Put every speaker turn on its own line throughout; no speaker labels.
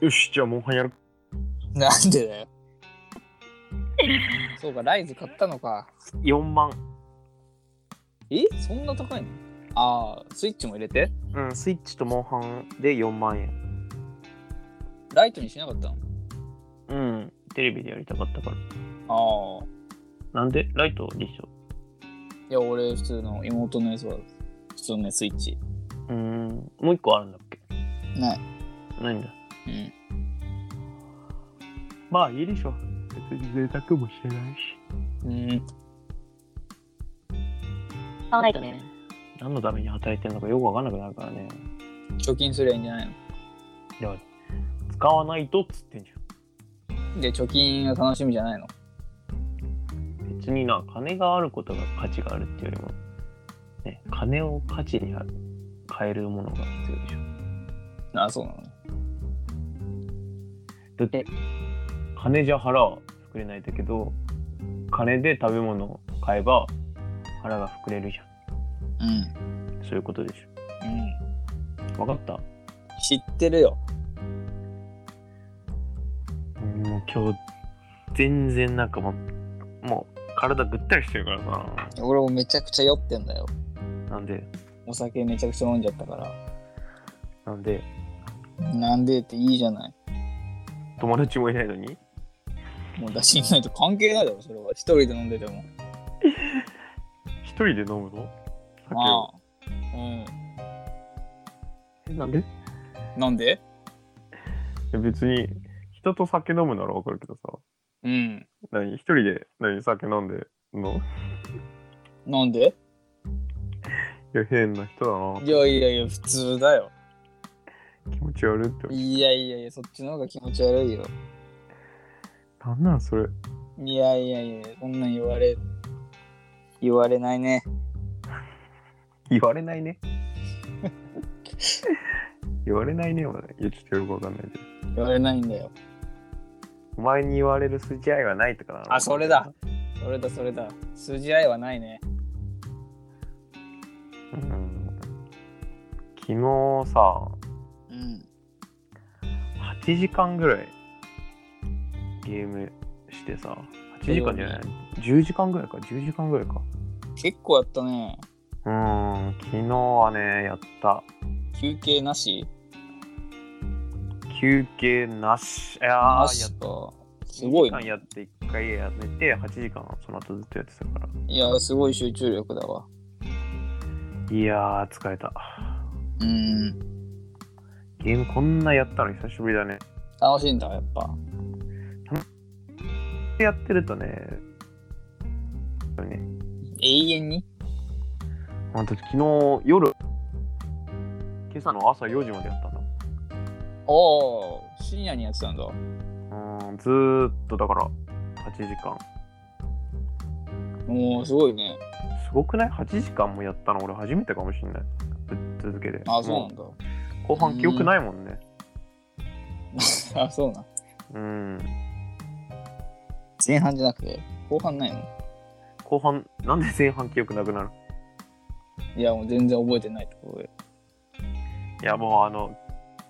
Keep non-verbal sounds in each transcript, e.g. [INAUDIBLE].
よし、じゃあ、モンハンやる。
[LAUGHS] なんでだよ。そうか、ライズ買ったのか。
4万。
えそんな高いのああ、スイッチも入れて
うん、スイッチとモンハンで4万円。
ライトにしなかったの
うん、テレビでやりたかったから。
ああ。
なんでライトでしょ
いや、俺、普通の妹のやつは、普通のスイッチ。
うーん、もう一個あるんだっけ
ない。
ないんだ。
うん。
まあ、いいでしょ。別に贅沢もしてないし。
うん。
買わないとね。
何のために働いてるのかよくわかんなくなるからね。
貯金すりゃいいんじゃない
使わないとっつってんじ
ので、貯金が楽しみじゃないの
ゃん。別にな、金があることが価値があるっていうよりも、ね、金を価値に変えるものが必要でしょ。
ああ、そうなの
だって金じゃ腹は膨れないんだけど金で食べ物を買えば腹が膨れるじゃ
うん。
んそういうことでし
うん。
ょ分かった
知ってるよ。
もう今日全然なんかもうもう体ぐったりしてるからさ
俺もめちゃくちゃ酔ってんだよ。
なんで
お酒めちゃくちゃ飲んじゃったから。
なんで
なんでっていいじゃない。
友達もいないのに
もう出しないと関係ないだろ、それは。一人で飲んでても。
一人で飲むの酒
ま
を
あ。う
えなんで
ん。なんで
別に人と酒飲むなら分かるけどさ
うん。
何一人で何酒飲んでんの
なんで
いや変な人だない
やいやいや、普通だよ。
気持ち悪いって
いやいやいや、そっちの方が気持ち悪いよ。
なんなんそれ
いやいやいや、こんなん言われ、言われないね。
言われないね。 [LAUGHS] 言われないねはね。いや、ちょっとよくわかんないけど。
言われないんだよ。
お前に言われる筋合いはないとかな
あそれだ。それだそれだ。筋合いはないね。
うん。昨日さ、
うん。
8時間ぐらいゲームしてさ、8時間じゃない、10時間ぐらいか、10時間ぐらいか。
結構やったね。
うん、昨日はね、やった。
休憩なし
休憩なし。いや
な
ー、や
し
っ
か。すごい
2時間
ね。
やって1回やめて、8時間その後ずっとやってたから。
いや、すごい集中力だわ。
いやー、疲れた。
うん。
ゲームこんなやったの久しぶりだね。
楽しいんだ、やっぱ。
やってるとね、そうね
永遠に
あだって昨日夜、今朝の朝4時までやったんだ。
おお、深夜にやってたんだ。
うーん、ずーっとだから8時間。
おお、すごいね。
すごくない ?8 時間もやったの俺初めてかもしんない。ぶっ続けで。
あそうなん
も
だ。
う後半記憶ないもんね。
[LAUGHS] あそうなん。
うん。
前半じゃなくて、後半ないの
後半、なんで前半記憶なくなる
いや、もう全然覚えてないってことで。
いやもうあの、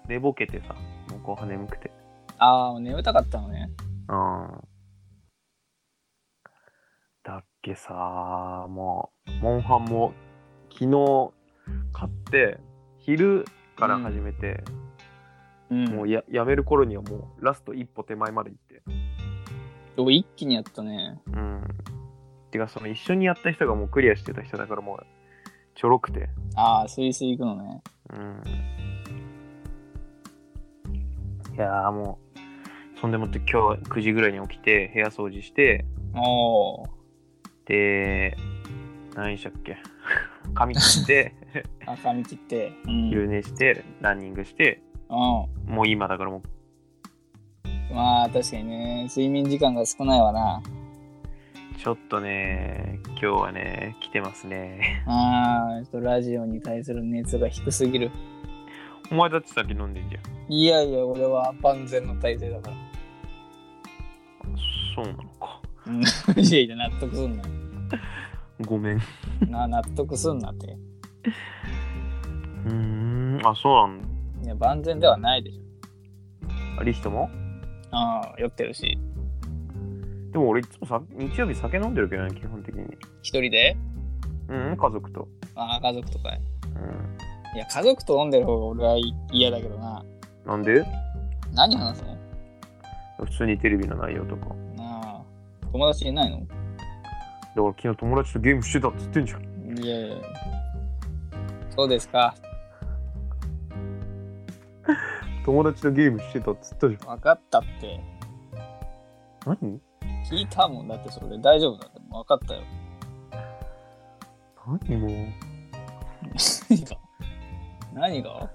寝ぼけてさ、もう後半眠くて。
ああ、もう眠たかったのね。
うん。だっけさ、もう、モンハンも昨日買って、昼から始めて、
うん。
も
も
うややめる頃にはもうラスト一歩手前まで行って。
う一気にやったね。
うん。てか、その一緒にやった人がもうクリアしてた人だからもう、ちょろくて。
ああ、スイスイ行くのね。
うん。いやーもう、そんでもって今日9時ぐらいに起きて、部屋掃除して、
おお。
で、何したっけ [LAUGHS] 髪切って、
赤道って。うん。う
昼寝して、ランニングして、
ん。
もう今だからも
まあ、確かにね。睡眠時間が少ないわな。
う、ちょっとね、今日はね、来てますね。 [LAUGHS]
ああ、ちょっとラジオに対する熱が低すぎる。
お前だってさっき飲んでんじゃん。
いやいや、俺は万全の体制だから。
そうなのか。
うん。 [LAUGHS] いやいや、納得すんな。
ごめん。う
な納得すんなって。
ーん、あ、そうなん
いや、万全ではないでしょ。
あリヒトも
ああ、酔ってるし。
でも俺いつもさ日曜日酒飲んでるけどね基本的に
一人で
うん家族と
ああ、家族とか。
うん
いや、家族と飲んでる方が俺はい嫌だけどな。
なんで
何話すの
普通にテレビの内容とかだか
なあ。友達いないの
ら昨日友達とゲームしてたっつってんじゃん
いやいや。そうですか。
友達とゲームしてたっつったじ
分かったって。
ゃん何
聞いたもんだってそれ大丈夫だって。分かったよ。
何もう
何が何が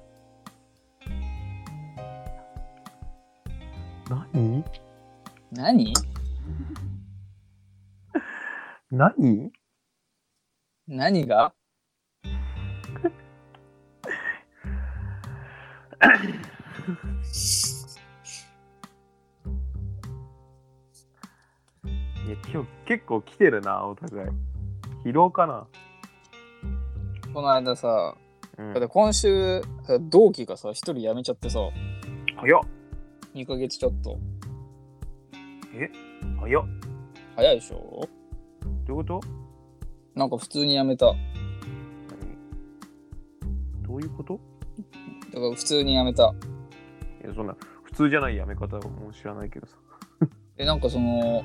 何
何
何
何が
いや今日結構来てるなお互い疲労かな
この間さ、
うん
だって今週さ同期がさ、一人辞めちゃってさ、
早っ
2ヶ月ちょっと。
早っど
早いでしょ
ういうこと
なんか普通に辞めた。だか
どういうこと
ら普通に辞めた。
いやそんな普通じゃないやめ方をもう知らないけどさ
え、なんかその、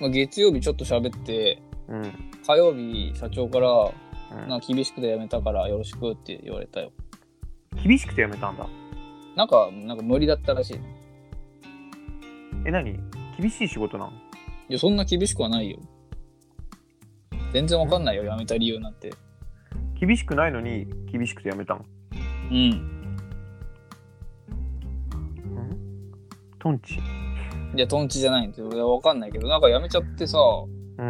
まあ、月曜日ちょっと喋って、
うんうん
火曜日社長から、なんか厳しくて辞めたからよろしくって言われたよ。
厳しくてやめたんだ
なんか、なんか無理だったらしい。
え何厳しい仕事なの
いや、そんな厳しくはないよ。全然わかんないよ、辞めた理由なんて。
厳しくないのに厳しくてやめたの
うん。
うんトンチ
いや、トンチじゃないんですよ。いやわかんないけど、なんか辞めちゃってさ、
うん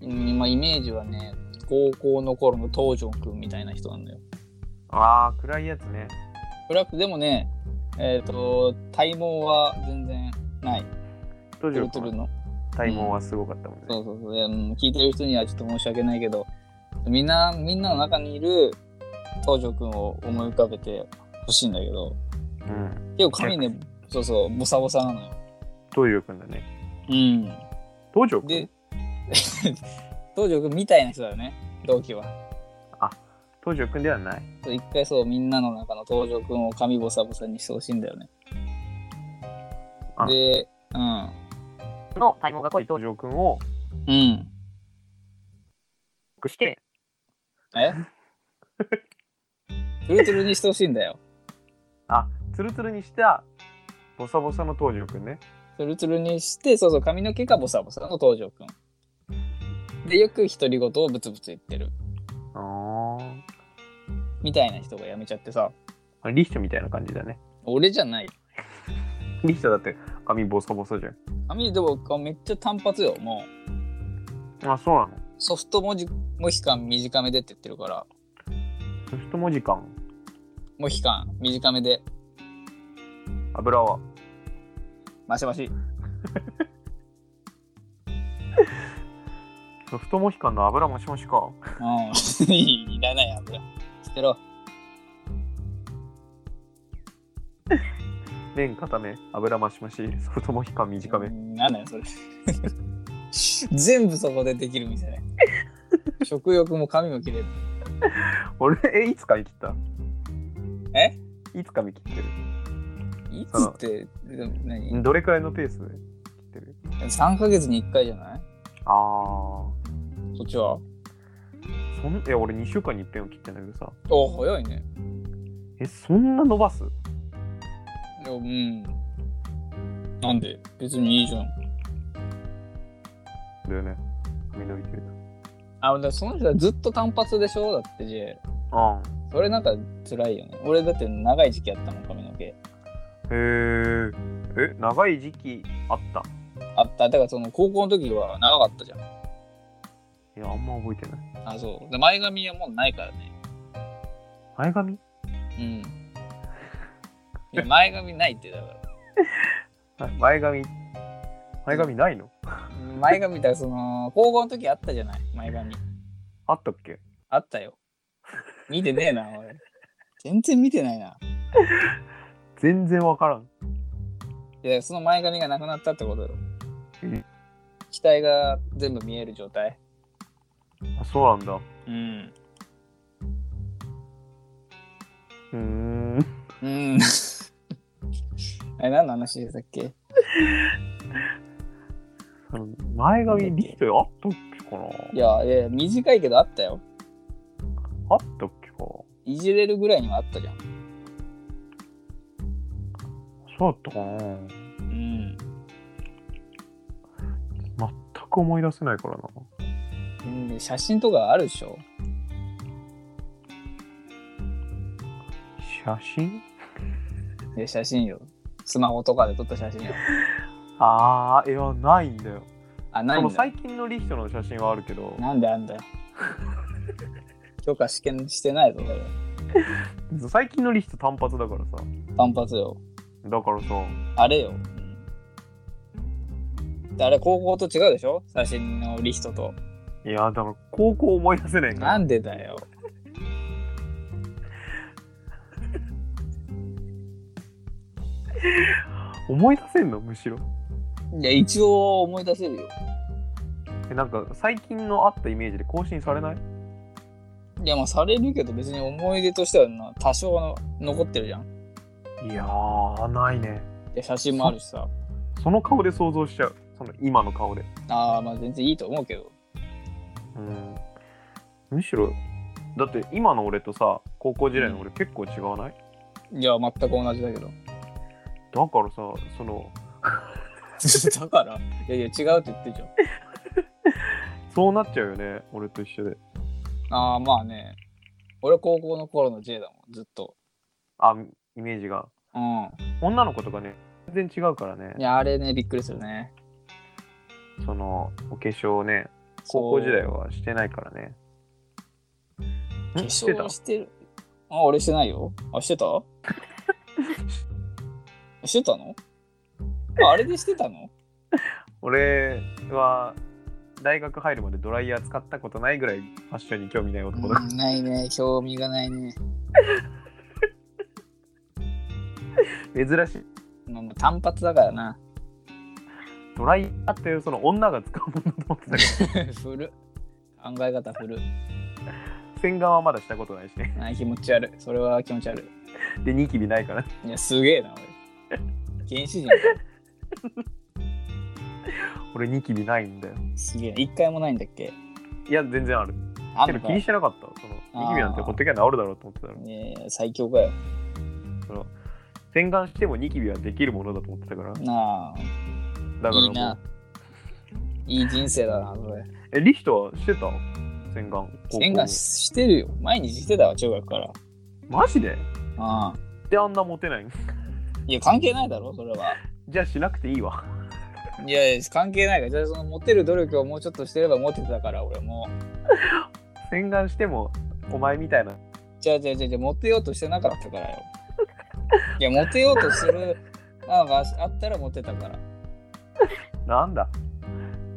今イメージはね、高校の頃の東條くんみたいな人なんだよ。
あー暗いやつね
ブラックでもね、えっ、と、体毛は全然ない。
当
ト
時
ゥル
の
トゥルの。
体毛はすごかったもんね、
そうそうそういやうん聞いてる人にはちょっと申し訳ないけど、みんな、みんなの中にいる東條くんを思い浮かべてほしいんだけど、
うん
結構髪ね、そうそう、ボサボサなのよ。
東條くんだね
うん。
東條くん
で、東條くんみたいな人だよね、同期は。
東條くんではない
そう一回そう、みんなの中の東條くんを髪ボサボサにしてほしいんだよね
あ。
で、うん。
の体毛が濃い東條くんを
うん。
して
[LAUGHS] えトゥルトゥルにしてほしいんだよ。
あツルツルにしたボサボサの東條くんね
トゥルトゥルにして、そうそう、髪の毛がボサボサの東條くん。で、よく独り言をブツブツ言ってる。
あ
みたいな人が辞めちゃってさ、
あリヒトみたいな感じだね
俺じゃない。
リヒトだって髪ボサボサじゃ
髪でもめっちゃ単発よ、もう。
んあそうなの
ソフトモジモヒカン短めでって言ってるから、
ソフト文字間
モヒカン短めで、
油は
マシマシ。
ソフトモヒカンの油もしもしか
うん。 [LAUGHS] いらない油。捨てろ。
麺固め油増し増しソフトモヒカン短め
うんなんだよ、それ。全部そこでできるみたいな。食欲も髪も切れる。
俺えいつ髪切った
え
いつ髪切って
いつって、でも何
るどれくらいのペースで切ってる
?3 ヶ月に1回じゃない
あ
そっちは
ーそんいや俺2週間に一遍は切ってんだけどさ
お早いね。
えそんな伸ばす
でもうん。なんで別にいいじゃん。
だよね髪伸びてると
あ、だからその人はずっと単発でしょだって、J。
あ
それなんか辛いよね。俺だって長い時期やったもん、髪の毛。
へーえ長い時期あった
あった。だからその高校の時は長かったじゃん。
いやあんま覚えてない
あ、そう。で前髪はもうないからね。
前髪
うん。いや、前髪ないって、だから。
はい前髪前髪ないの
前髪だからその、高校の時あったじゃない前髪。
あったっけ
あったよ。見てねえな、俺。全然見てないな。
全然わからん
で、その前髪がなくなったってことよ
うん。
機体が全部見える状態。
あそうなんだ。う
うん。
ーん。
うん。 [LAUGHS] あれ、何の話でしたっけ
その [LAUGHS] 前髪リストあったっけかない
や、いや、短いけどあったよ。
あったっけかそ
いじれるぐらいにはあったじゃん。
うだったかな
うん。
全く思い出せないからな。
うん、写真とかあるでしょ
写真
いや写真よ。スマホとかで撮った写真よ。
ああ、いや、ないんだよ。
あ、な
そ
い
の
んだ。
最近のリヒトの写真はあるけど、
なんであんだよ。許可試験してないぞ、これ。
最近のリヒト単発だからさ。
単発よ。
だからさ、
あれよ。であれ、高校と違うでしょ写真のリストと。
いや、だから高校思い出せないから。
なんでだよ。
思い出せんのむしろ。
いや、一応思い出せるよ。
えなんか最近のあったイメージで更新されない
いや、まあ、されるけど、別に思い出としてはな多少の残ってるじゃん。
いやー、ないね。
で、写真もあるしさ。 [LAUGHS]
その顔で想像しちゃう。その今の顔で。
ああ、まあ、全然いいと思うけど。
うん。むしろ、だって今の俺とさ、高校時代の俺結構違わない、
いや、全く同じだけど。 [LAUGHS]
だからさ、その、
だから、いやいや、違うって言ってるじゃん。
そうなっちゃうよね、俺と一緒で。
ああ、まあね。俺、高校の頃の J だもん、ずっと。
あ、イメージが。
うん。
女の子とかね、全然違うからね
い。や、あれね、びっくりするね。
その、お化粧をね、高校時代はしてないからね。
化
んしてた
粧してる。あ、俺してないよ。
[LAUGHS]
あ、してたしてたのああれでしてたの
俺は大学入るまでドライヤー使ったことないぐらいファッションに興味ない男だか
うんないね。興味がないね。
ら、珍しい
まあ、もう単発だからな。
ドライヤーってその女が使うものだと思ってた
[LAUGHS]
け
[LAUGHS] 古考え方古
ど洗顔はまだしたことないしね
ない気持ち悪い。それは気持ち悪
でニキビないから
い。いや、すげえな、俺。原始人
俺ニキビないんだよ
すげえな。一回もないんだっけ
いや全然ある
あ
け
ん
ど
の
気
か
にしてなかったその
あー
ニキビなんてほっときゃ治るだろうと思ってたから
ねえ最強かよ。
その洗顔してもニキビはできるものだと思ってたからだか
なあ。
らもう
いいな。いい人生だな、それ。
えリヒトはしてた洗顔高校
縁がしてるよ。毎日してたわ、中学から。
マジで
ああ。
であんなモテない
いや、関係ないだろ、それは。
じゃあしなくていいわ
いやいや、関係ないから。じゃあ、その、モテる努力をもうちょっとしてればモテてたから、俺も。
洗顔してもお前みたいな
じゃあ、じゃあ、じゃあ、じゃあモテようとしてなかったからよ。いや、モテようとする、なんかあったらモテたから。
なんだ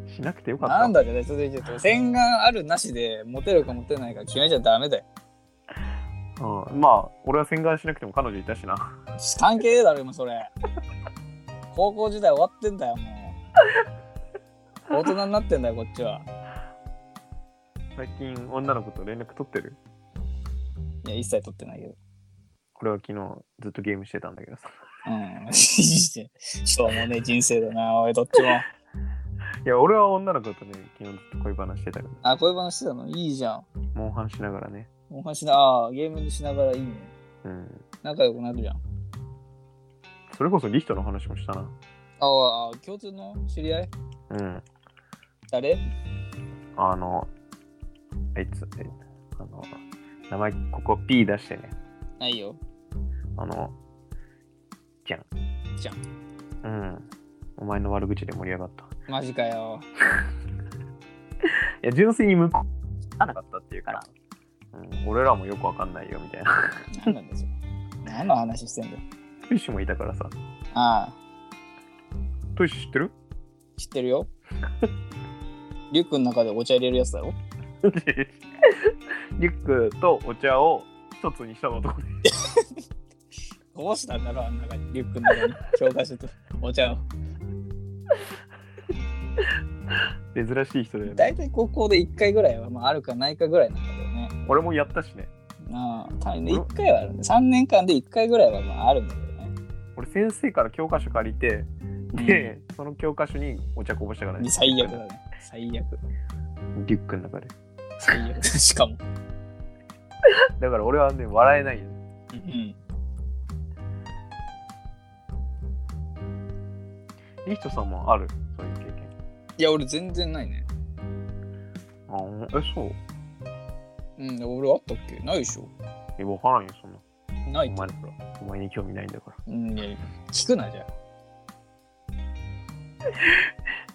しなくてよかった
なんだじゃね、続いて、洗顔あるなしで、モテるかモテないか決めちゃダメだよ。
うん、まあ俺は洗顔しなくても彼女いたしな
関係ねえだろ、今、それ。高校時代終わってんだよ、もう。大人になってんだよ、こっちは。
最近女の子と連絡取ってる
いや、一切取ってないけど。
これは昨日ずっとゲームしてたんだけどさ
うん。 [LAUGHS] しょうもねえ人生だな、おい、どっちも。
いや俺は女の子とね昨日ずっと恋話してたけど
あ、恋話してたのいいじゃん。
モンハンしながらね
お話な、あーゲームしながらいいね。
うん
仲良くなるじゃん。
それこそリヒトの話もしたな
あーあー、共通の知り合い
うん
誰
あのあいつえあの名前ここ P 出してね
ないよ。
あのじゃん
じゃん
うんお前の悪口で盛り上がったい
マジかよ。
や純粋に向こうなかったっていうから、うん、俺らもよくわかんないよみたいな
何なんだそれ。 [LAUGHS] 何の話してんだよ。
トゥイッシュもいたからさ
あ
トゥイッシュ知ってる
あ、知ってるよ。リュックの中でお茶入れるやつだよ。
[LAUGHS] リュックとお茶を一つにした男で
どうしたんだろう、あんな中にリュックの中に。教科書と。お茶を。
珍しい人だよね。
大体高校で1回ぐらいは、まあ、あるかないかぐらいなんだけどね。
俺もやったしね。
ああ、単位で1回はあるんで、3年間で1回ぐらいはまああるんだけどね。
俺先生から教科書借りて、で、その教科書にお茶こぼしたからね。
最悪だね。最悪。
リュックの中で。
最悪。しかも。
だから俺はね、笑えないよね。
うん。
リヒトさんもあるそういう経験。
いや、俺全然ないね。
あーえ、そう
うん、俺あったっけないでしょ。
え、わからんよ、そんな。
ない
お前
って
だから。お前に興味ないんだから。
うん、いや、聞くなじゃあ。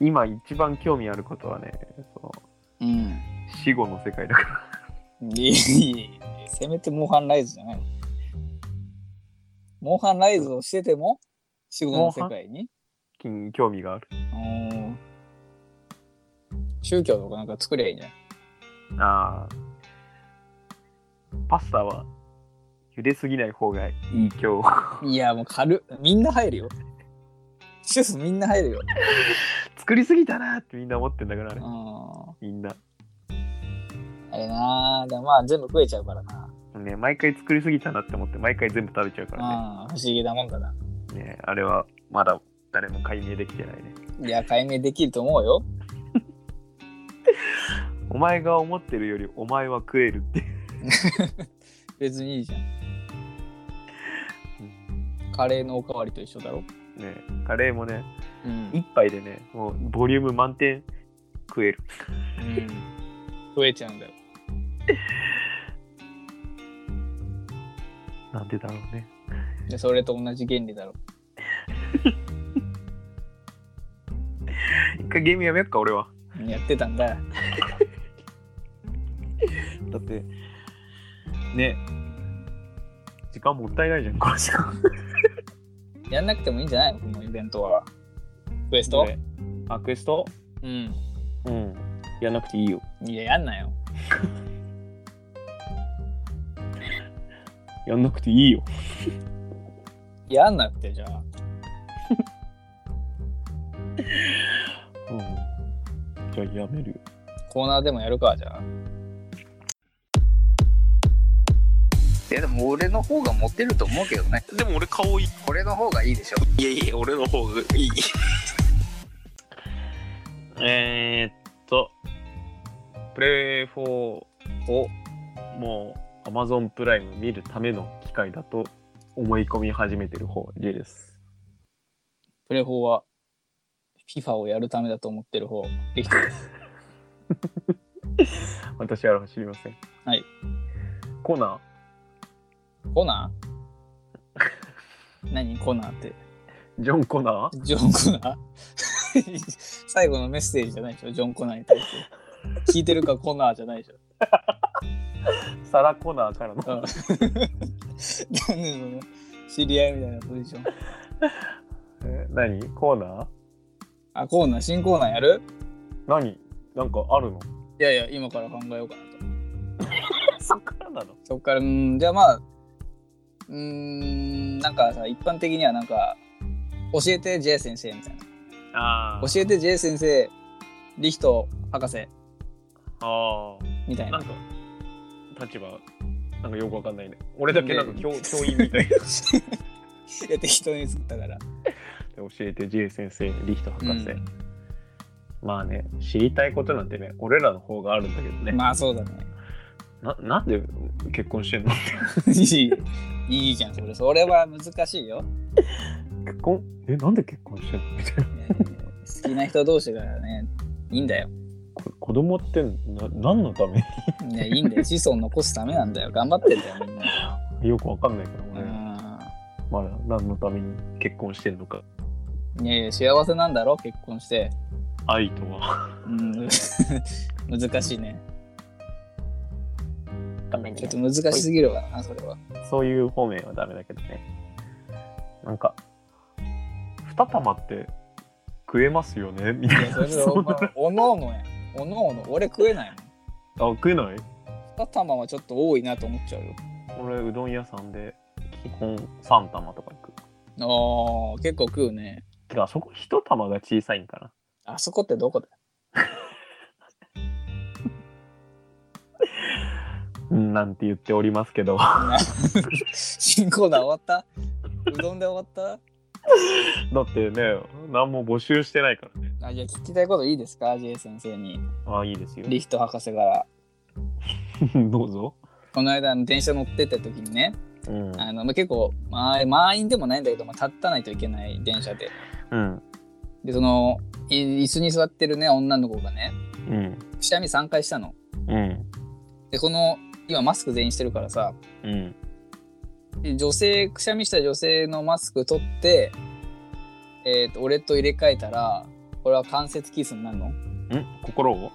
今一番興味あることはね、その
うん。
死後の世界だから。
いえいえいえせめてモンハンライズじゃないの。モンハンライズをしてても仕事の世界に
近興味がある。
うん宗教とかなんか作りゃいいんじゃない
ああ。パスタは茹ですぎない方がいい今日。
いやもう軽っみんな入るよ。主婦みんな入るよ。
作りすぎたなってみんな思ってんだから、あ
う
れ
ん。
みんな。
あれなぁ。でもまあ全部食えちゃうからな。
ね、毎回作りすぎたなって思って毎回全部食べちゃうからね。
うん。不思議なもんだな。
ねあれはまだ誰も解明できてないね。
いや、解明できると思うよ。
お前が思ってるよりお前は食えるって。
別にいいじゃ。
うん
カレーのおかわりと一緒だろ。
ねカレーもね、
うん
一杯でね、もうボリューム満点食える。
うん、増えちゃうんだよ。
なんでだろうね。
でそれと同じ原理だろ。
一回ゲームやめよっか、俺は。
やってたんだ。
だって、ね時間もったいないじゃん、この時間。
やんなくてもいいんじゃないのこのイベントは。クエスト
ねあ、クエスト
うん。
うん。やんなくていいよ。
いや、やんなよ。
やんなくていいよ。
やんなくてじゃあ。
うん。じゃあやめるよ。
コーナーでもやるか、じゃあ。え、でも俺の方がモテると思うけどね。
でも俺顔いい。
これの方がいいでしょ。
いやいや、俺の方がいい。えーっと、プレイ4をもう Amazon プライム見るための機会だと思い込み始めてる方、J です。
プレフォーは FIFA をやるためだと思ってる方、できてる。
私は知りません。
はい。
コーナ
コナ
[LAUGHS]
ー何コナーって。
ージョン・コナー
ジョン・コナー [LAUGHS] 最後のメッセージじゃないでしょ、ジョン・コナーに対して。聞いてるか、コナーじゃないでしょ。
[LAUGHS] サラ・コナーからの
うん何でその知り合いみたいなポジション。
え何コーナー
あ、コーナー、新コーナーやる
何なんかあるの
いやいや、今から考えようかなと。
[LAUGHS] そっからなの
そっから、うーん、じゃあまあ、うーん、なんかさ、一般的にはなんか、教えて J 先生みたいな。
あ
教えて J 先生、リヒト博士
あ
みたい
な
な。
んか立場なんかよくわかんないね俺だけなんか教教員みたいな
いや、適当に作ったから。
教え
[LAUGHS]
て J 先生リヒト博士、
うん
まあね知りたいことなんてね俺らの方があるんだけどね、
まあそうだね。
ななんで結婚してんの
[LAUGHS] いいじゃん、それ。それは難しいよ。
[LAUGHS] 結婚えなんで結婚してんのみたいな
えー好きな人同士がね、いいんだよ。
こ子供ってな何のため
いや、いいんだよ。子孫残すためなんだよ。頑張ってんだよ、みんな。
よくわかんないから俺、
う
まだ何のために結婚してんのか
ん。いやいや、幸せなんだろ、結婚して。
愛とは
うん。難しいね。
ダメ
[LAUGHS] ちょっと難しすぎるわな、それは。
そういう方面はダメだけどね。なんか、二玉って食えますよねみた
い
い
や、そ
な。
れ
[LAUGHS] そ
は、
んな
まあ、おのおのや。おのおの。俺食えないもん。
あ、食えない
二玉はちょっと多いなと思っちゃう
俺、うどん屋さんで基本三玉とか行く。
よ。ああ、結構食うね。
てか、あそこ一玉が小さいんかな。
あそこってどこだよ [LAUGHS]
うん、なんて言っておりますけ
[LAUGHS]
ど、
新コーナー終わったうどんで終わっ
だってね、何も募集してないからね。
たあじゃあ聞きたいこといいですか ?J 先生に。
ああ、いいですよ。
リヒト博士から。
[LAUGHS] どうぞ。
この間、電車乗ってった時にね、
うん。
あのまあ、結構、まあ、満員でもないんだけど、まあ、立たないといけない電車で。
うん。
で、その、い椅子に座ってるね、女の子がね、
うん。
くしゃみ3回したの。
うん。
で、この、今マスク全員してるからさ、
うん。
で女性、くしゃみした女性のマスク取って、えっ、と、俺と入れ替えたら、これは関節キスになるの
ん心を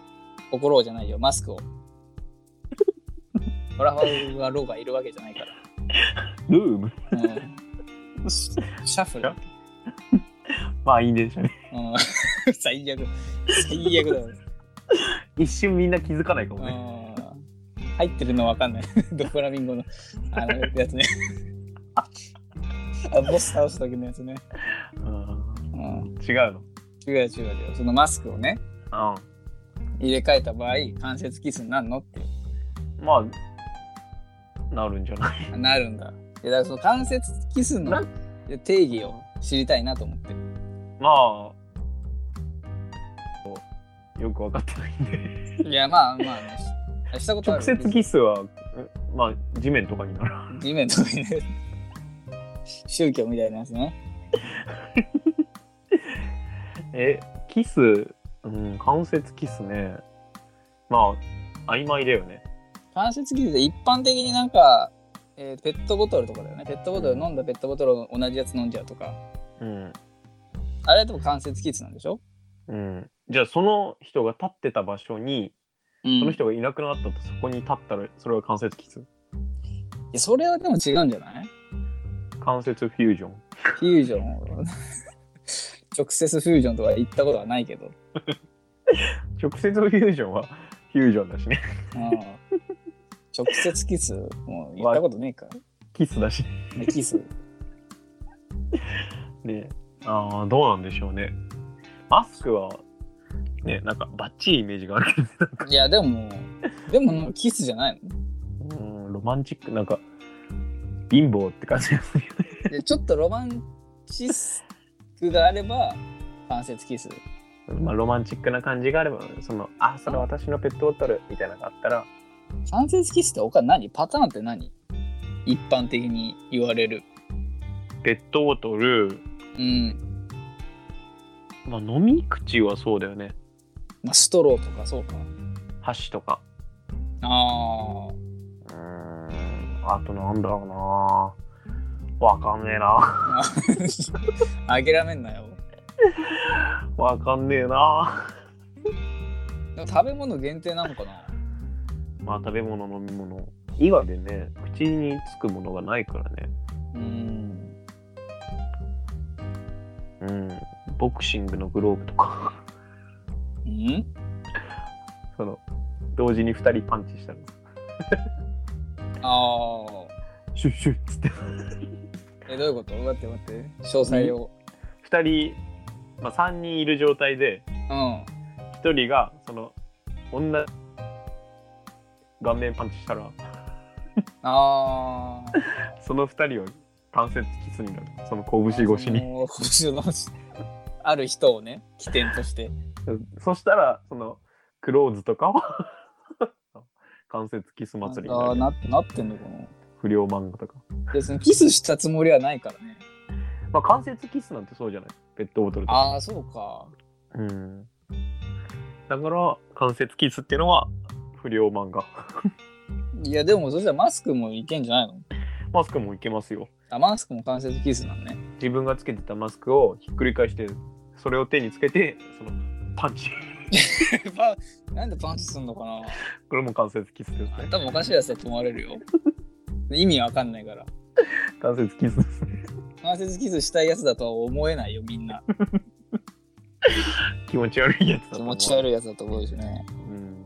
心をじゃないよ、マ
[LAUGHS]
スクを。トラファルガーローがいるわけじゃないから。
ルーム
うんシャッフル。う
まあいいでしょうね。
ん、 [LAUGHS] 最悪。最悪だよ、ね
一瞬みんな気づかないかもね。
うん。入ってるのわかんない。 [LAUGHS] ドフラミンゴのあのやつね。 [LAUGHS] あボス倒す時のやつね。
うん。
うん、
違うの。
違う違う違う。そのマスクをね、入れ替えた場合、関節キスになるのって
うん。まあ、なるんじゃない [LAUGHS]
あなるんだ。いやだからその関節キスの
な
定義を知りたいなと思って。
まあ、よく分かってないんで。
いやまあまあねししたこと
[LAUGHS] 直
ある
接キスは、えまあ、地面とかになる。
地面とかにね宗教みたいなやつね
[LAUGHS] え、キス、うん、関節キスね。まあ、曖昧だよね。
関節傷で一般的になんか、えーペットボトルとかだよねペットボトル飲んだペットボトルを同じやつ飲んじゃうとか
うん。
あれでも関節傷なんでしょ、
うん。じゃあ、その人が立ってた場所に、
うん
その
い
人がいなくなったと、そこに立ったら、それは関節キス。
やそれはでも違うんじゃない
関節フュージョン。
フュージョン [LAUGHS] 直接フュージョンとか言ったことはないけど、
直接フュージョンは、フュージョンだしね。 [LAUGHS]
うん、直接キスもう言ったことねえか
キスだしね。
でキス
ねああどうなんでしょうねマスクはねなんかバッチリイメージがあるけど
いやでもでもキスじゃないの
うんロマンチックなんか貧乏って感じがするよね
でちょっとロマンチスクがあれば関節キス
まあロマンチックな感じがあればそのあそれ私のペットボトルみたいなのがあったら
関節キスって他何パターンって何一般的に言われる
ペットボトル、
うん、
まあ、飲み口はそうだよね
まあ、ストローとかそうか
箸とか
あー [LAUGHS]
うーんあとなんだろうなわかんねえな [LAUGHS]
あ諦めんなよ
わかんねえな
でも食べ物限定なのかな
まあ食べ物飲み物以外でね口につくものがないからね
うん
うん、ボクシングのグローブとか [LAUGHS]
うん
その同時に2人パンチしたら
ああ
シュッシュッつって
えどういうこと待って待って詳細を
2人、まあ、3人いる状態で
うん
1人がその女顔面パンチしたら
ああ
その2人は関節キスになるその拳越しに
もう腰を越しある人をね起点として
そしたらそのクローズとかは [LAUGHS] 関節キス祭りに
あ
な
ー
る
ななってんのかな
不良漫画とか、
別にキスしたつもりはないからね
まあ、関節キスなんてそうじゃないペットボトルとか
ああそうか
うん。だから、関節キスっていうのは不良漫画。
いやでもそしたらマスクもいけんじゃないの
マスクもいけますよ。
あマスクも関節キスなんね
自分がつけてたマスクをひっくり返して、それを手につけて、そのパンチ。 [LAUGHS]
パンなんでパンチすんのかな
これも関節キスですね。
多分おかしいやつだと思われるよ意味わかんないから
関節キスですね。
関節キスしたいやつだとは思えないよみんな
気持ち悪いやつだと
気
思う。
持ち悪いやつだと思うしね
うん。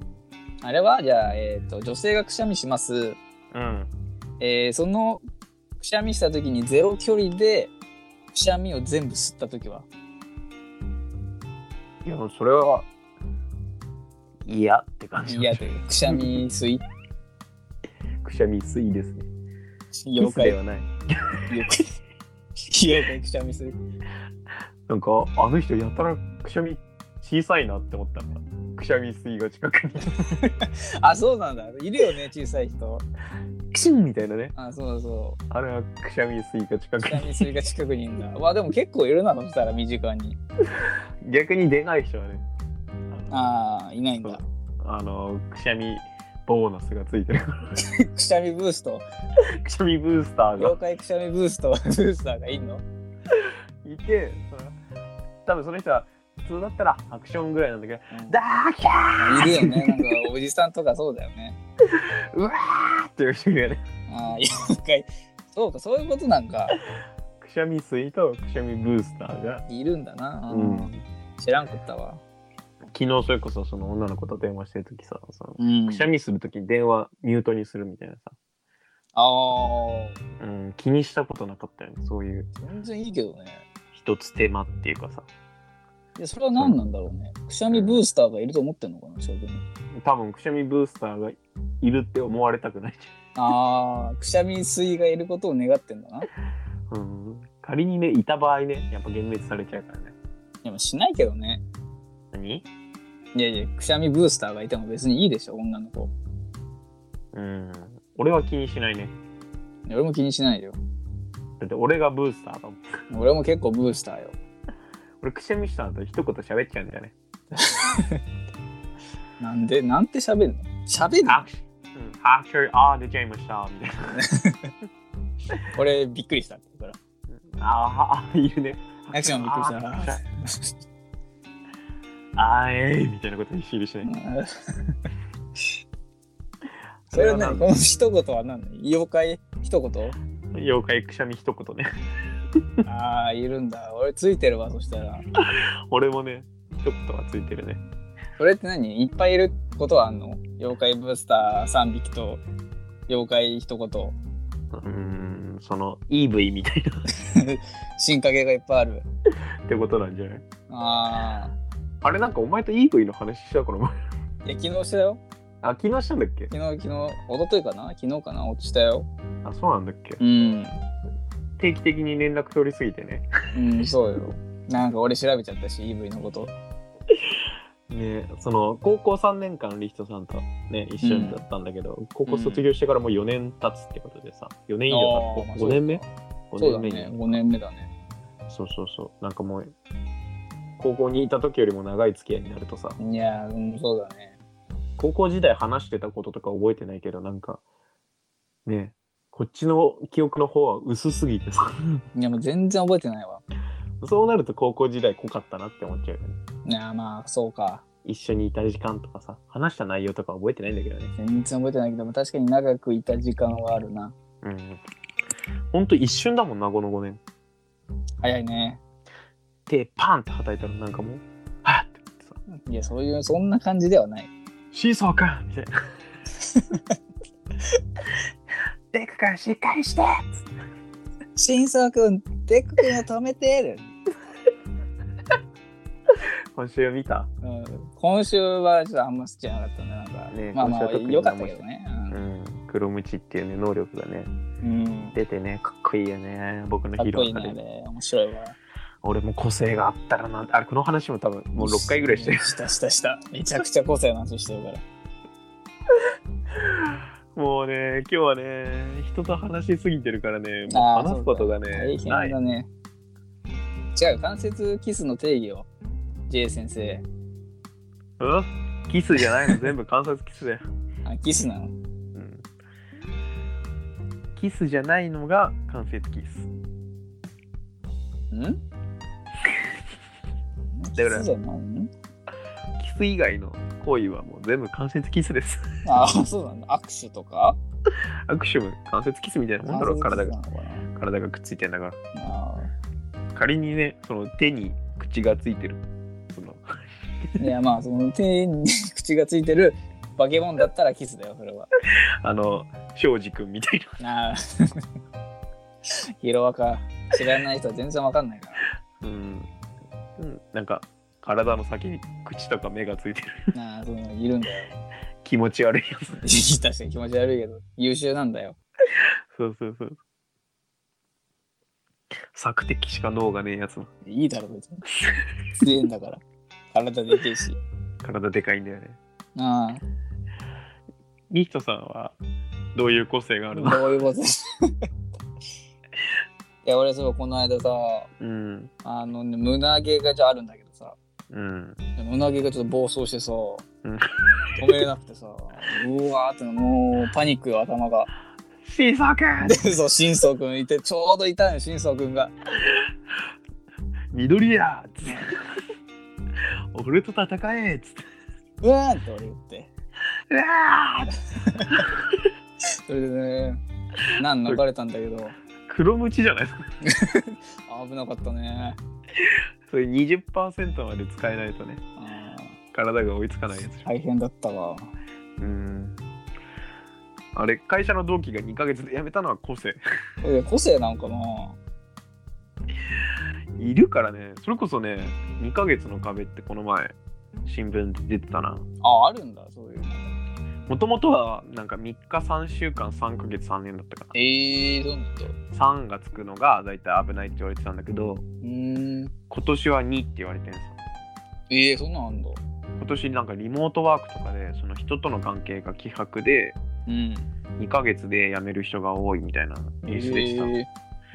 あれはじゃあ、えー、と女性がくしゃみします、
うん。
えーそのくしゃみした時にゼロ距離でくしゃみを全部吸った時は
いや、それは、嫌って感じ。
いや、というくしゃみすい、
くしゃみすいですね。
妖
ミス
怪、
で [LAUGHS] はない。
妖怪、妖怪くしゃみすい。
なんか、あの人やたらくしゃみ小さいなって思ったから、くしゃみすいが近くに。 [LAUGHS]
あ、そうなんだ。いるよね、小さい人。
クシュンみたいなね。
あ、そうそ
あれはくしゃみすいが近
う。
く
くしゃ
に。
みすいが近くにいるんだ。 [LAUGHS] まあでも結構いるな、そしたら身近に。
逆にでかい人はね、
ああ、いないんだ。
あの、くしゃみボーナスがついて
[LAUGHS]
るから、
くしゃみブースト。
くしゃみブースターが
妖怪くしゃみブースト、 [LAUGHS] ブースターがいんの
いて、その多分その人は、普通だったらアクションぐらいなんだけど、
うん
ダーキャ
いるよね。なんかおじさんとかそうだよね。
ーうわーっていう人がね、
ああ、妖怪。そうか、そういうことなんか。
くしゃみ水とくしゃみブースターが、
いるんだな。
うん
知らんかったわ。
昨日それこそその女の子と電話してる時さ、その
うん
くしゃみする時に電話ミュートにするみたいなさ、
ああ、
うん、気にしたことなかったよね、そういう
全然いいけどね。
一つ手間っていうかさ、
いや、それは何なんだろうね。くしゃみブースターがいると思ってんのかな、将軍。
多分くしゃみブースターがいるって思われたくないじゃん。
ああ、くしゃみ水がいることを願ってんだな。い
うん、仮にねいた場合ねやっぱ幻滅されちゃうからね
や、まあしないけどね。
何
いやいや、くしゃみブースターがいても別にいいでしょ、女の子。
うん俺は気にしないね
いや俺も気にしないよ。
だって俺がブースターだもん
俺も結構ブースターよ。
俺くしゃみした後一言喋っちゃうんだよね
なんで、なんて喋るの喋るの
拍手うん拍手ああ出ちゃいましたみたいな
俺、びっくりしたって言うか
あーあー言うね
ら。アクションびっくりした
あーあーえいみたいなことにしるしない
うん [LAUGHS] それはね、この一言は何だ妖怪一言
妖怪くしゃみ一言ね
ああ、いるんだ。俺ついてるわ、そしたら。
俺もね一言はついてるね
それって何いっぱいいることはあんの妖怪ブースター3匹と妖怪一言。
うんその EV みたいな
進化系がいっぱいある。
ってことなんじゃない
あ
あれなんかお前と EV の話したこの前
あ。いや、昨日したよ。
あ昨日したんだっけ
昨日、昨日、一昨日かな昨日かな落ちたよ。
あそうなんだっけ
うん。
定期的に連絡取りすぎてね。
うん、そうよ。なんか俺調べちゃったし、EV のこと。
ねその高校3年間リヒトさんとね一緒にだったんだけど、高校卒業してからもう4年経つってことでさ4年以上
あー
経
まあ
つ5年目
そう
5
だ
年目に
ね。5年目だね。
そうそうそうなんかもう高校にいた時よりも長い付き合いになるとさ
いやー、うん、そうだね。
高校時代話してたこととか覚えてないけどなんかねこっちの記憶の方は薄すぎてさ [LAUGHS]
いや、もう全然覚えてないわ。
そうなると高校時代濃かったなって思っちゃうよね
いや、まあ、そうか。
一緒にいた時間とかさ話した内容とか覚えてないんだけどね
全然覚えてないけど、確かに長くいた時間はあるな。
うん。ほんと一瞬だもんな、この5年。
早いね。
手パンって叩いたらなんかもう、はっってなってさ、
いや、そういう、そんな感じではない。
シーソーかみたいな。
[LAUGHS]
デクからしっかりして
新作くん、テックくんを止めて
今週見た
うん、今週はちょっとあんま好きじゃなかったね。なんか、
ね
まあま
今
あ、
週は特に
良かったけどね。
うん。黒ムチっていうね、能力がね、
うん。うん
出てね、かっこいいよね。僕の
か
ヒ
っ
ー
こ
ロ
い
ー
い
の中
ね、あ
で。
れ。面白いわ。
俺も個性があったらなんて、あれ、この話も多分もう6回ぐらいしてる。
したしたした。めちゃくちゃ個性の話してるから。
もうね、今日はね、人と話しすぎてるからね、もう
あー
話すことが
大
ね、
変
ない。
だね。違う、関節キスの定義を。J 先生。
うんキスじゃないの、全部観察キスだよ。
あ、キスな
う
の
んキスじゃないのが関節キス。
ん
だから
キスじゃないの
キス以外の行為はもう全部関節キスです。 [LAUGHS]
ああ、そうなんだ。握手とか
握手も関節キスみたいなもんだろ、体が。体がくっついてんだから。
あ
仮にね、その手に口がついてる。その [LAUGHS]
ーいや、まあ、その手に口がついてる化け物だったらキスだよ、それは。
あの、庄司君みたい
あ [LAUGHS] あ。ヒロアカ、知らない人は全然わかんないか
[LAUGHS]
ら。
な。うん。うん、なんか、体の先に口とか目がついてる [LAUGHS]
なあ、そういうのいるんだよ。 [LAUGHS]
気持ち悪いやつ。 [LAUGHS]
確かに気持ち悪いけど、優秀なんだよ。
そうそうそう。索敵しか脳がねえやつも
いいだろ、別に。強いんだから。体でけえし。
体でかいんだよね。
[LAUGHS] ああ、
ニヒトさんはどういう個性があるの
どう [LAUGHS] いうことですいや、俺、そう、この間さ、
うん。
あの、胸毛がじゃああるんだけどさ、
うん。
胸毛がちょっと暴走してさ、
ん
止めれなくてさ、うわーってな、もうパニックよ、頭が。
新作
そう、新宗くんいて、ちょうどいたのよ、新宗くんが。
緑やつって。俺と戦えつって。
うわーって俺言って。
うわー
それでね、なん抜かれたんだけど、
黒ムチじゃない
危なかったね。
それ20%まで使えないとね、
あ
体が追いつかないやつじ
ー
ゃん。
大変だったわ。
うん。あれ、会社の同期が2ヶ月で辞めたのは個性。
これ個性なんかない
るからね、それこそね、2ヶ月の壁ってこの前、新聞で出てたな。
あ、あるんだ、そういうの。
もともとはなんか3日3週間3ヶ月3年だったかな。
ええー、どうなんだろう。
3がつくのが大体危ないって言われてたんだけど、
うーん。
今年は2って言われてるんですよ。
ええー、そんなんあんだ。
今年なんかリモートワークとかで、その人との関係が希薄で、
うん。
2ヶ月で辞める人が多いみたいなニュースでした。
えー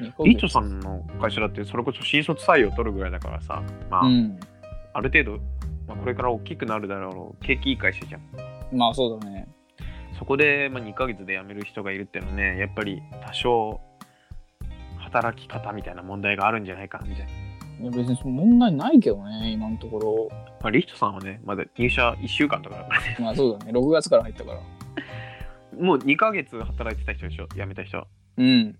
二ヶ月
リートさんの会社だってそれこそ新卒採用取るぐらいだからさ、まあ、
うん。
ある程度、まあ、これから大きくなるだろう景気いい会社じゃん
まあそうだね。
そこで、まあ、2ヶ月で辞める人がいるっていうのはねやっぱり多少働き方みたいな問題があるんじゃないかなみたいな、
いや別にその問題ないけどね、今のところ。
まあ、リヒトさんはねまだ入社1週間とかだからね
まあそうだね、6月から入ったから。
もう2ヶ月働いてた人でしょ辞めた人
うん。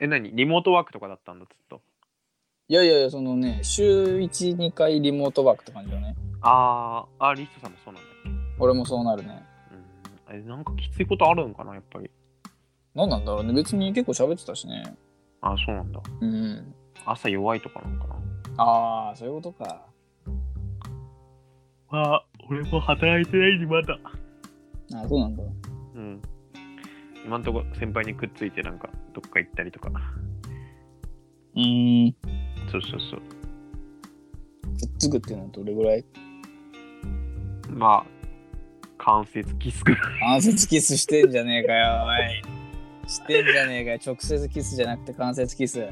え何リモートワークとかだったんだずっと
いやいやいや、そのね、週1、2回リモートワークって感じだね。
あーあーリヒトさんもそうなんだっけ
俺もそうなるね。
うんえなんかきついことあるんかなやっぱり
なんなんだろうね、別に結構喋ってたしね。
あーそうなんだ
うん。
朝弱いとかなのかな
ああ、そういうことか。
まあ俺も働いてないにまだ
ああ、そうなんだ。
うん。今んとこ先輩にくっついてなんかどっか行ったりとか。
うん。
そうそうそう。
くっつくっていうのはどれぐらい
まあ、関節キスくらい。 [LAUGHS]
関節キスしてんじゃねえかよ、おい。してんじゃねえかよ、直接キスじゃなくて関節キス。 [LAUGHS]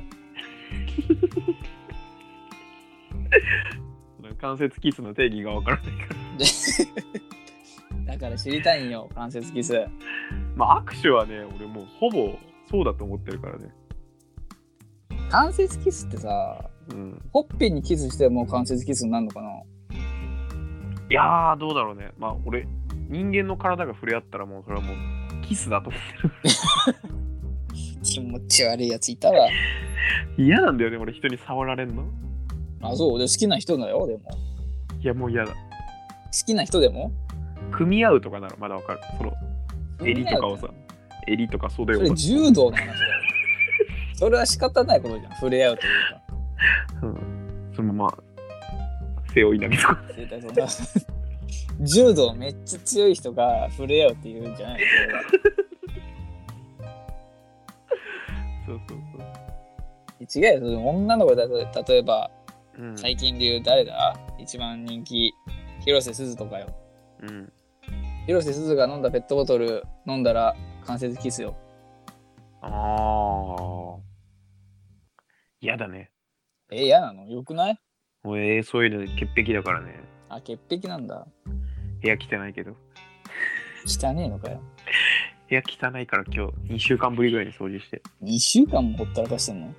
関節キスの定義がわからないから。
だから知りたいんよ、関節キス。
まあ握手はね、俺もうほぼそうだと思ってるからね。
関節キスってさ、
うん。
ほっぺにキスしてもう関節キスになるのかない
やー、どうだろうね。まあ俺、人間の体が触れ合ったらもうそれはもうキスだと思ってる。
気持ち悪いやついたわ。
嫌なんだよね、俺人に触られんの。
あ、そう、で好きな人だよ、でも。好
いや、もう嫌だ。
きな人でも
組み合うとかならまだわかる。その、襟とかをさ、襟とか袖
そ
を
れ
さ。
柔道の話だよ。それは仕方ないことじゃん、触れ合うというか。
うん。そのまま、背負い投げとか。
絶対そんな柔道めっちゃ強い人が触れ合うっていうんじゃないそれは
そうそうそう。
違うよそれ女の子だと例えば
うん。
最近で言う誰だ一番人気広瀬すずとかよ
うん。
広瀬すずが飲んだペットボトル飲んだら関節キスよ
ああ。嫌だね。
え嫌なのよくない
俺、そういうの潔癖だからね。
あ潔癖なんだ
部屋汚いけど。
汚ねえのかよ
部屋汚いから今日、2週間ぶりぐらいに掃除して。
2週間もほったらかしてんの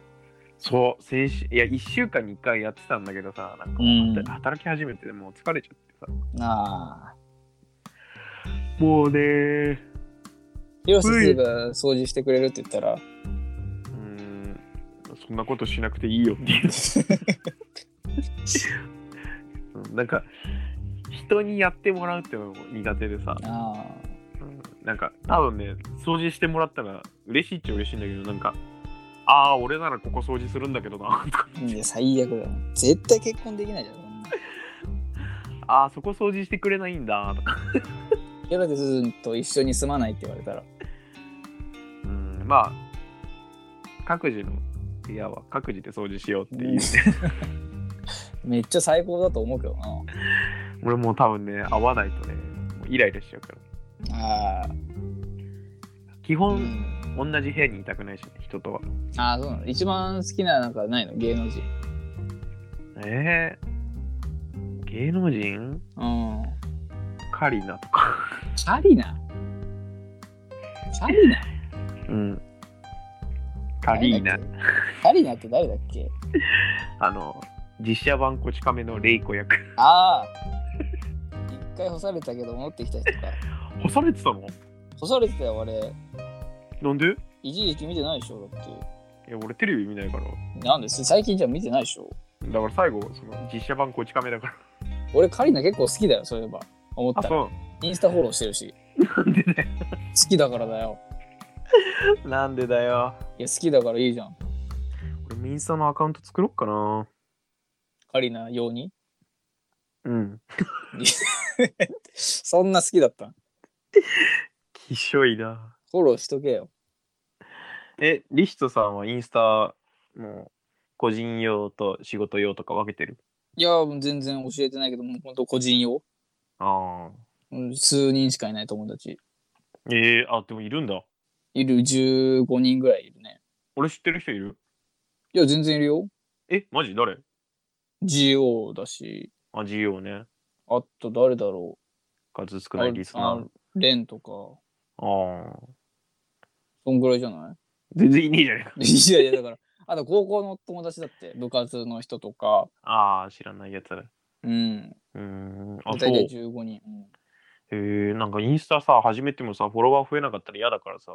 そう、先週、いや、1週間に1回やってたんだけどさ、なんか
うん
はた働き始めてもう疲れちゃってさ。
ああ
もうね
広瀬すずが掃除してくれるって言っ
[LAUGHS]
たら
うーん、そんなことしなくていいよっていう。うんなんか、人にやってもらうっていうのも苦手でさ。
ああ
うんなんか多分ね掃除してもらったら嬉しいっちゃ嬉しいんだけどなんかああ俺ならここ掃除するんだけどなとか [LAUGHS]
いや最悪だよ絶対結婚できないじゃんそんな
ああ、そこ掃除してくれないんだとか。
広瀬すずと一緒に住まないって言われたら
うん、まあ、各自の部屋は各自で掃除しようっていう。
めっちゃ最高だと思うけどな
俺もう多分ね、合わないとね、もうイライラしちゃうから。
ああ、
基
う
本、
ん、
同じ部屋にいたくないし、ね、人とは。
ああそうなの一番好きななんかないの芸能人
えー、芸能人
うん
カリナとか。
チャリナチャリナ
うん。カリーナ
誰。だっけカリーナって誰だっけ
あの、実写版こち亀のレイコ役。
ああ一回干されたけど戻ってきた人か
干されてたの
干されてたよ俺
なんで
一時期見てないでしょだっ
いや、俺テレビ見ないから。
てなんです最近じゃ見てないでしょ
だから最後、その実写版こち亀だから。
俺カリーナ結構好きだよそういえば思
[LAUGHS]
っ
あ、
たら
そ
インスタフォローしてるし
う。なんでだよ。
好きだからだよ
[LAUGHS] なんでだよ。
いや好きだからいいじゃん
俺、ミンスタのアカウント作ろっかな。
カリーナ用に
うん。
そんな好きだったん
きしょいな。
フォローしとけよ
え、リヒトさんはインスタ、もう、個人用と仕事用とか分けてる
いやもう全然教えてないけどもうほんと個人用
ああ。
うん数人しかいない友達
えー、あ、でもいるんだ。
いる15人ぐらいいるね
俺知ってる人いる
いや全然いるよ
え、マジ誰
GO だし
あ、GO ね。
あと誰だろ
数少
う
ないリスナー。
あレンとか
ああ。
そんぐらいじゃな
全然いねえじゃねえか。
いいやいやだからあと高校の友達だって部活の人とか
ああ、知らないやつだ。う
うん
ーん。あ、
大
そう。
体
へ
15人、うん
えなんかインスタさ、始めてもさ、フォロワー増えなかったら嫌だからさ、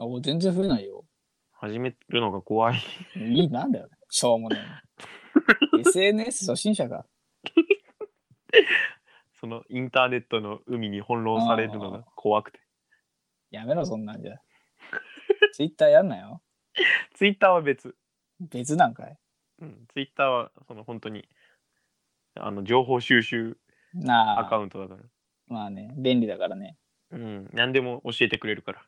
あ俺全然増えないよ
始めるのが怖い。
いいなんだよしょうもない SNS 初心者が
そのインターネットの海に翻弄されるのが怖くて。
やめろそんなんじゃ Twitter やんなよ
ツイッターは別。
別なんかい
うん、ツイッターは、その本当に、あの、情報収集ア
な
カ
あ
ウントだか
まあね便利だからね
ら。うん、何でも教えてくれるから。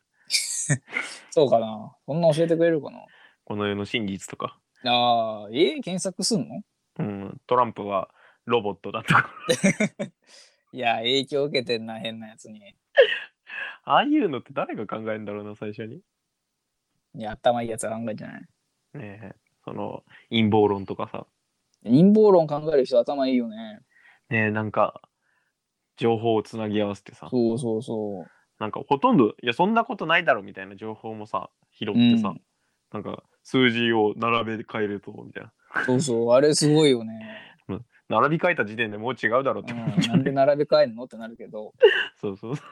そうかなそんな教えてくれるかな
この世の真実とか。
あーえー検索すんの
うん、トランプはロボットだとか。 [LAUGHS]
いや影響受けてんな変なやつに
ああいうのって誰が考えるんだろうな、最初に。
いや頭いいやつは考えてない
ねえ、その陰謀論とかさ。
陰謀論考える人頭いいよね
ねえ、なんか、情報をつなぎ合わせてさ、
そうそうそう
なんかほとんど、いや、そんなことないだろみたいな情報もさ、拾ってさ、
うん
なんか、数字を並べ替えると、みたい
そうそうあれすごいよね、
な。並び替えた時点でもう違うだろって
う
思っ
ん、
ちゃ
な
うん
で並べ替えんのってなるけど
そうそうそう。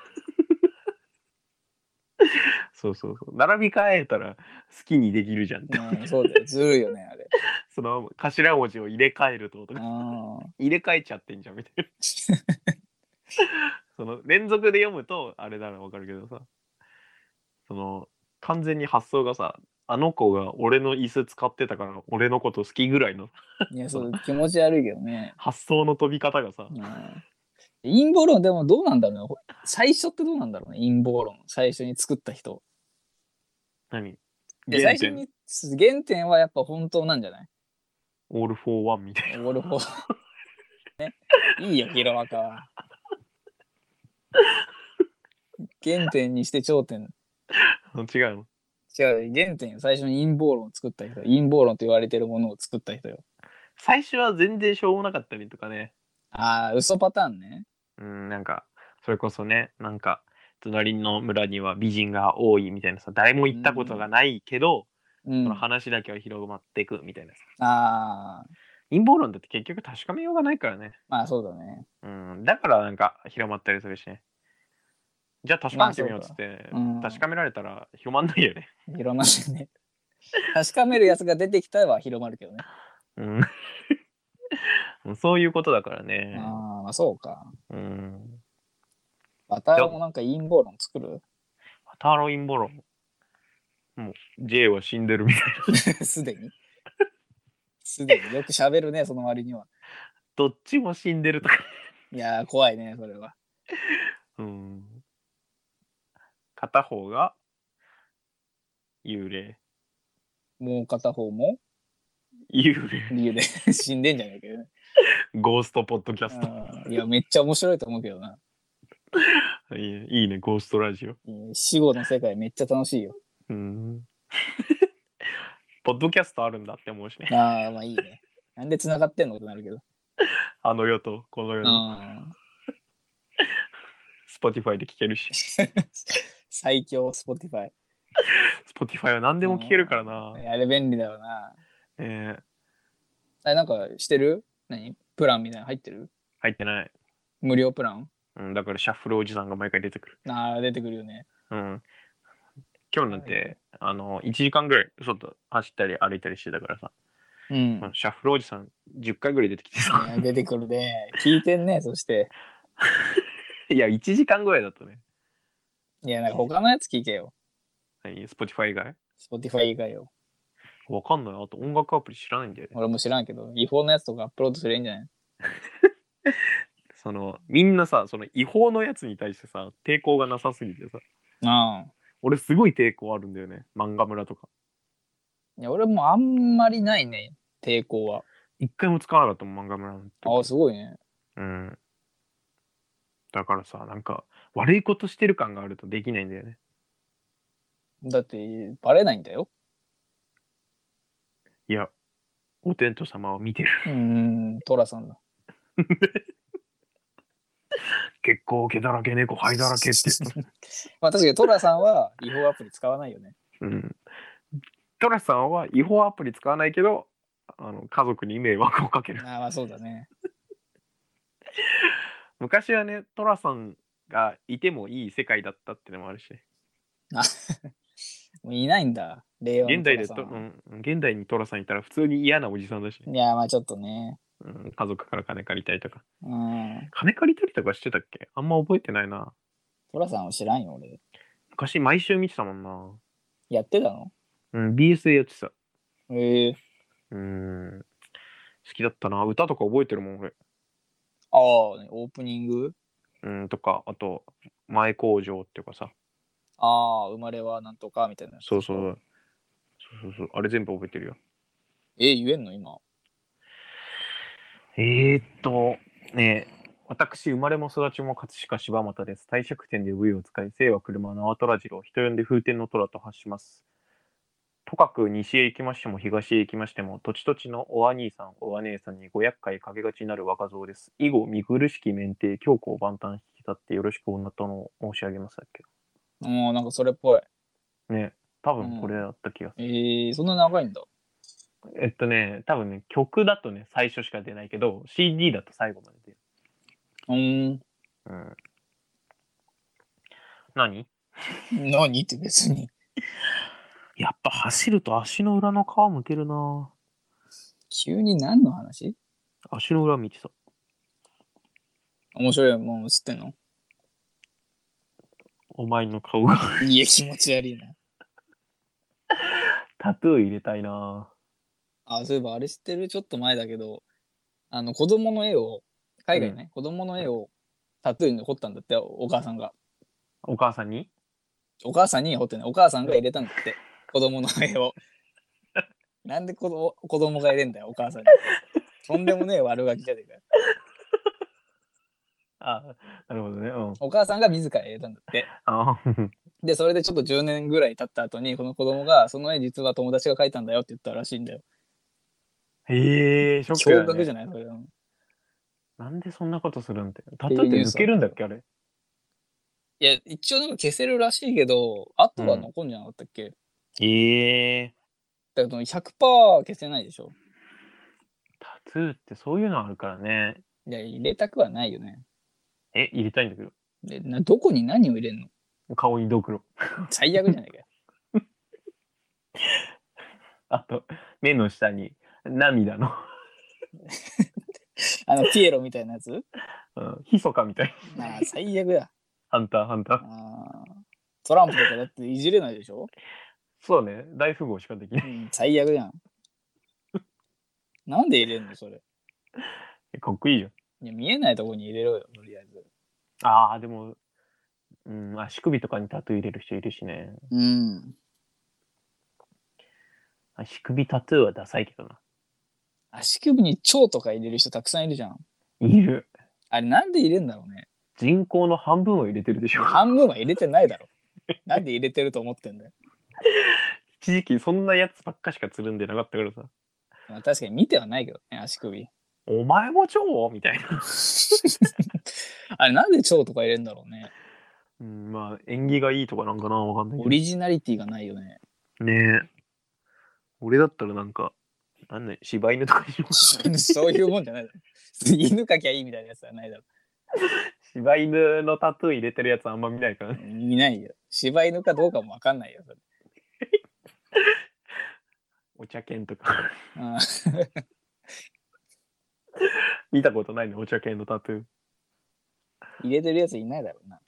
そうそうそう。並び替えたら好きにできるじゃんって。 [LAUGHS]
うん、そうだよ。ずるいよね、あれ。
その頭文字を入れ替えるととか、
あ
入れ替えちゃってんじゃんみたいな。 [LAUGHS]
ー
その連続で読むとあれならわかるけどさその完全に発想がさあの子が俺の椅子使ってたから俺のこと好きぐらいの
[LAUGHS]
[LAUGHS]
いや、そう、気持ち悪いけどね。
発想の飛び方がさ
うん、陰謀論、でもどうなんだろうね。ほ最初ってどうなんだろうね、陰謀論。最初に作った人。
何
で
原
最初
点
に、原点はやっぱ本当なんじゃない
オール・フォー・ワンみたい
俺ほね。いいよ、ヒロアカは。原点にして頂点。
な [LAUGHS] 違うの
違う、原点よ最初に陰謀論を作った人。陰謀論と言われてるものを作った人よ。
最初は全然しょうもなかったりとかね
ああ、嘘パターンね。
うんなんかそれこそねなんか隣の村には美人が多いみたいなさ誰も行ったことがないけど、
うん
その。話だけは広まっていくみたいなさ
ああ、
陰謀論だって結局確かめようがないからね
まあそうだね。
うん、だからなんか広まったりするしね。じゃあ確かめてみようっつって、
まあそうだうん
確かめられたら広まんないよね。
広まるね。確かめるやつが出てきたは広まるけどね。
うん、
[LAUGHS]
もうそういうことだからね。
ああ、まあそうか。
うん。
バターもなんか陰謀論作る
ターロインボロン。もう J は死んで
[LAUGHS]
るみたい
すでに。すでによく喋るね、その割には。
どっちも死んでるとか。
いやー、怖いね、それは。
うん。片方が幽霊。
もう片方も
幽霊。
理由で [LAUGHS] 死んでんじゃねえけどね
ゴーストポッドキャスト。
うん。いや、めっちゃ面白いと思うけどな。
いいねいいね、ゴーストラジオ。
うん死後の世界めっちゃ楽しいよ。
うん。ポッドキャストあるんだって思うしね。
ああ、まあいいね。なんで繋がってんのってなるけど。
あの世とこの世
う
の
ん。 [LAUGHS]
Spotify で聴けるし。
最強、Spotify。
Spotify は何でも聴けるからな。
あれ便利だよな。
えー、
あれなんかしてる何プランみたいなの入ってる
入ってない。
無料プラン
うん、だからシャッフルおじさんが毎回出てくる。
ああ、出てくるよね。
うん。今日なんて、あの、1時間ぐらい外走ったり歩いたりしてたからさ、
うん。
シャッフルおじさん10回ぐらい出てきてさ、
いや出てくるね。聞いてんね、そして。
いや、1時間ぐらいだったね。
いや、なんか他のやつ聞けよ。
何 ?Spotify 以外
Spotify 以外よ。
わかんない。あと音楽アプリ知らないんだよね。
俺も知らんけど、違法のやつとかアップロードすればいいんじゃない
その、みんなさ、その違法のやつに対してさ、抵抗がなさすぎてさ、
ああ。
俺すごい抵抗あるんだよね。漫画村とか。
いや、俺もあんまりないね、抵抗は。
一回も使わなかったもん、漫画村なんて。
ああ、すごいね。
うん。だからさ、なんか、悪いことしてる感があるとできないんだよね。
だって、バレないんだよ。
いや、お天道様を見てる。
うーん、トラさんだ。
結構毛だらけ、猫灰だらけ
[LAUGHS]
って。
まあ確かにトラさんは違法アプリ使わないよね。
うん。トラさんは違法アプリ使わないけど、あの家族に迷惑をかける。
ああ、まあそうだね。
昔はね、トラさんがいてもいい世界だったってのもあるしね、
[LAUGHS] もういないんだ、令和の
現
ト
代
ラ
で
さ
と、
ん
う
は
ん、現代にトラさんいたら普通に嫌なおじさんだしね、
いや、まあちょっとね。
うん、家族から金借りたりとか。
うん。
金借りたりとかしてたっけあんま覚えてないな。
トラさんは知らんよ、俺。
昔毎週見てたもんな。
やってたの
うん、BS でやってた。
ええ
うん。好きだったな。歌とか覚えてるもん、俺。
ああ、オープニング
うん、とか、あと、前工場っていうかさ。
ああ、生まれはなんとかみたいな。
そうそう。そうそうそう。あれ全部覚えてるよ。
え、言えんの今。
えー、っと、ねえ私、生まれも育ちも葛飾柴又です。帝釈天で V を使い、姓は車のトラジロ、人呼んで風天の虎と発します。とかく西へ行きましても東へ行きましても、土地土地のお兄さん、お姉さんにご厄介かけがちになる若造です。以後、見苦しき免停、強行万端引き立ってよろしく女との申し上げますだっけ
うん、なんかそれっぽい。
ねえ多分これだった気がする。
ええそんな長いんだ。
えっとね、多分ね、曲だとね、最初しか出ないけど、CD だと最後まで出る。
うん。
うん。何
何って別に。
やっぱ走ると足の裏の皮むけるな
急に何の話
足の裏見てた。
面白いもん映ってんの
お前の顔が。
いや、気持ち悪いな。
[LAUGHS] タトゥー入れたいな
あ、そういえばあれ知ってるちょっと前だけど、あの、子供の絵を、海外ね、子供の絵をタトゥーに彫ったんだって、お母さんが。
お母さんに
お母さんに彫ってない。お母さんが入れたんだって、子供の絵を。なんで子供子供が入れんだよ、お母さんに。とんでもねえ悪ガキじゃねえかよ。
あなるほどね。うん。
お母さんが自ら入れたんだって。
あ
で、それでちょっと10年ぐらい経った後に、この子供が、その絵実は友達が描いたんだよって言ったらしいんだよ。
[LAUGHS] へえ、ショックだ、
驚愕じ
ね。
ゃないそれうん
なんでそんなことするんだよ。タトゥーって抜けるんだっけあれ。
いや、一応なんか消せるらしいけど、あとは残んじゃなかったっけ、
へえ。
だけど100%消せないでしょ。
タトゥーってそういうのあるからね。
いや、入れたくはないよね。
え、入れたいんだけど。
で、などこに何を入れんの
顔にドクロ。
最悪じゃないかよ。 [LAUGHS]
あと、目の下に涙の、
あの、ピエロみたいなやつ
うん、ひそかみたい。
ああ、最悪だ。
ハンター、ハンター。
あートランプとかだっていじれないでしょ、
そうね、大富豪しかできな
う
い。
ん、最悪じゃん。なんで入れんのそれ。
えかっこいいじゃん。
いや見えないとこに入れろよ、とりあえず。
ああ、でも、うん、足首とかにタトゥー入れる人いるしね。
うん。
足首タトゥーはダサいけどな。
足首に蝶とか入れる人たくさんいるじゃん。
いる。
あれなんで入れんだろうね。
人口の半分を入れてるでしょ。 [LAUGHS]
半分は入れてないだろ。なんで入れてると思ってんだよ。
一時期そんなやつばっかしかつるんでなかったからさ。
まあ、確かに見てはないけどね、足首。
お前も超みたいな。
あれなんで蝶とか入れるんだろうね。
うん、まあ、縁起がいいとかなんかなわかんない
オ
け
リジナリティがないよね。 [LAUGHS]
ど。ねえ。俺だったらなんか、なんね、柴犬とかにしよう
そういうもんじゃないだろ。犬かきゃいいみたいなやつはないだろ。
[LAUGHS] 柴犬のタトゥー入れてるやつあんま見ないからね。
いないよ。柴犬かどうかもわかんないよ。それ
お茶犬とか。
うん
見たことないね、お茶犬のタトゥー。
入れてるやついないだろうな。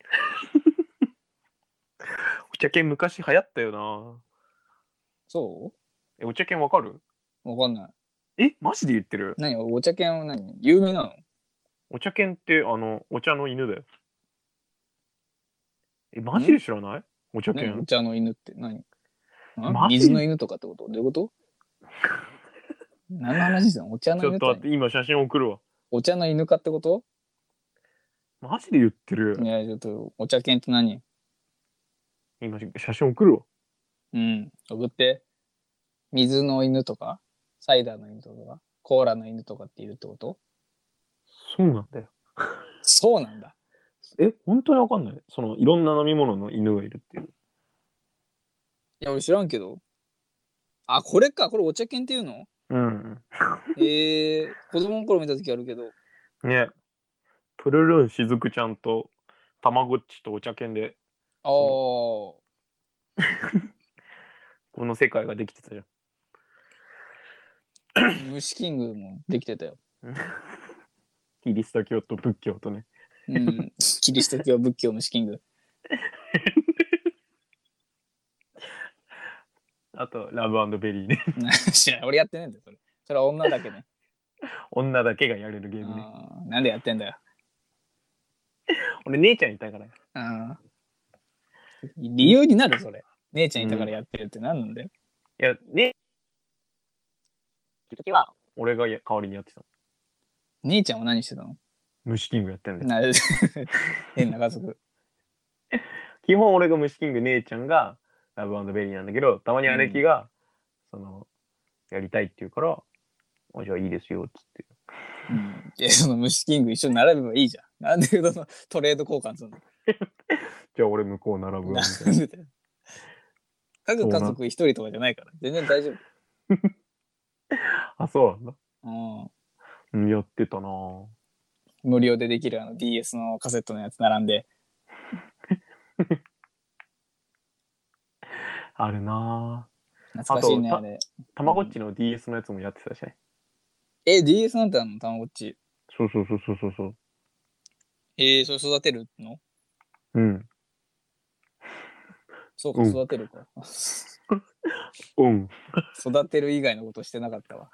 お茶犬昔流行ったよな。
そ
え、お茶犬わかる
うわかんない。
え、マジで言ってる
何お茶犬は何有名なの
お茶犬って、あの、お茶の犬だよ。え、マジで知らないお茶
何お
犬。
茶の犬って何ん
マジ
水の犬とかってことどういうこと何の話だお茶の
ちょ
犬
っと
って
待って、今写真送るわ。
お茶の犬かってこと
マジで言ってる
い。や、ちょっと、お茶犬って何
今写真送るわ。
うん。送って。水の犬とか、サイダーの犬とか、コーラの犬とかっているってこと
そうなんだよ。
そうなんだ。
え、本当にわかんない。その、いろんな飲み物の犬がいるっていう。
いや、俺知らんけど。あ、これか。これお茶犬っていうの
うん。
えー、子供の頃見た時あるけど。
ね。プルルンしずくちゃんと、たまごっちとお茶犬で、
ああ。
この世界ができてたじゃん。
虫キングもできてたよ。
キリスト教と仏教とね。
うん。キリスト教、仏教、虫キング。
あと、ラブベリーね。 [LAUGHS]
[LAUGHS] 知らない。俺やってねえんだよ、それ。それは女だけね。
女だけがやれるゲームね。
あーなんでやってんだよ。
俺、姉ちゃんいたから。
あー理由になる、それ。姉ちゃんいたからやってるって何なんだよ。
いや、ね。時は、俺がや代わりにやってたの。
姉ちゃんは何してたの [LAUGHS]
虫キングやってんだよ。
な [LAUGHS] 変な家族。
基本俺が虫キング、姉ちゃんがラブベリーなんだけど、たまに姉貴が、その、やりたいって言うから、あじゃあいいですよ、っつって。
うん。いや、その虫キング一緒に並べばいいじゃん。なんでそのトレード交換するの
じゃあ俺向こう並ぶわ、みたいな。
[LAUGHS] なんでだよ各家族一人とかじゃないから、全然大丈夫。
あ、そうなんだ。
うん。
うん、やってたなぁ。
無料でできるあの DS のカセットのやつ並んで。
あるな
懐かしいね、
あと
あれ。
ぁ。たまごっちの DS のやつもやってたしね。
え、DS なんてあんのたまごっち。
そうそうそうそうそうそう。
えー、それ育てるの
うん。
そうか、
うん
育てるか。 [LAUGHS]
うん。
育てる以外のことしてなかったわ。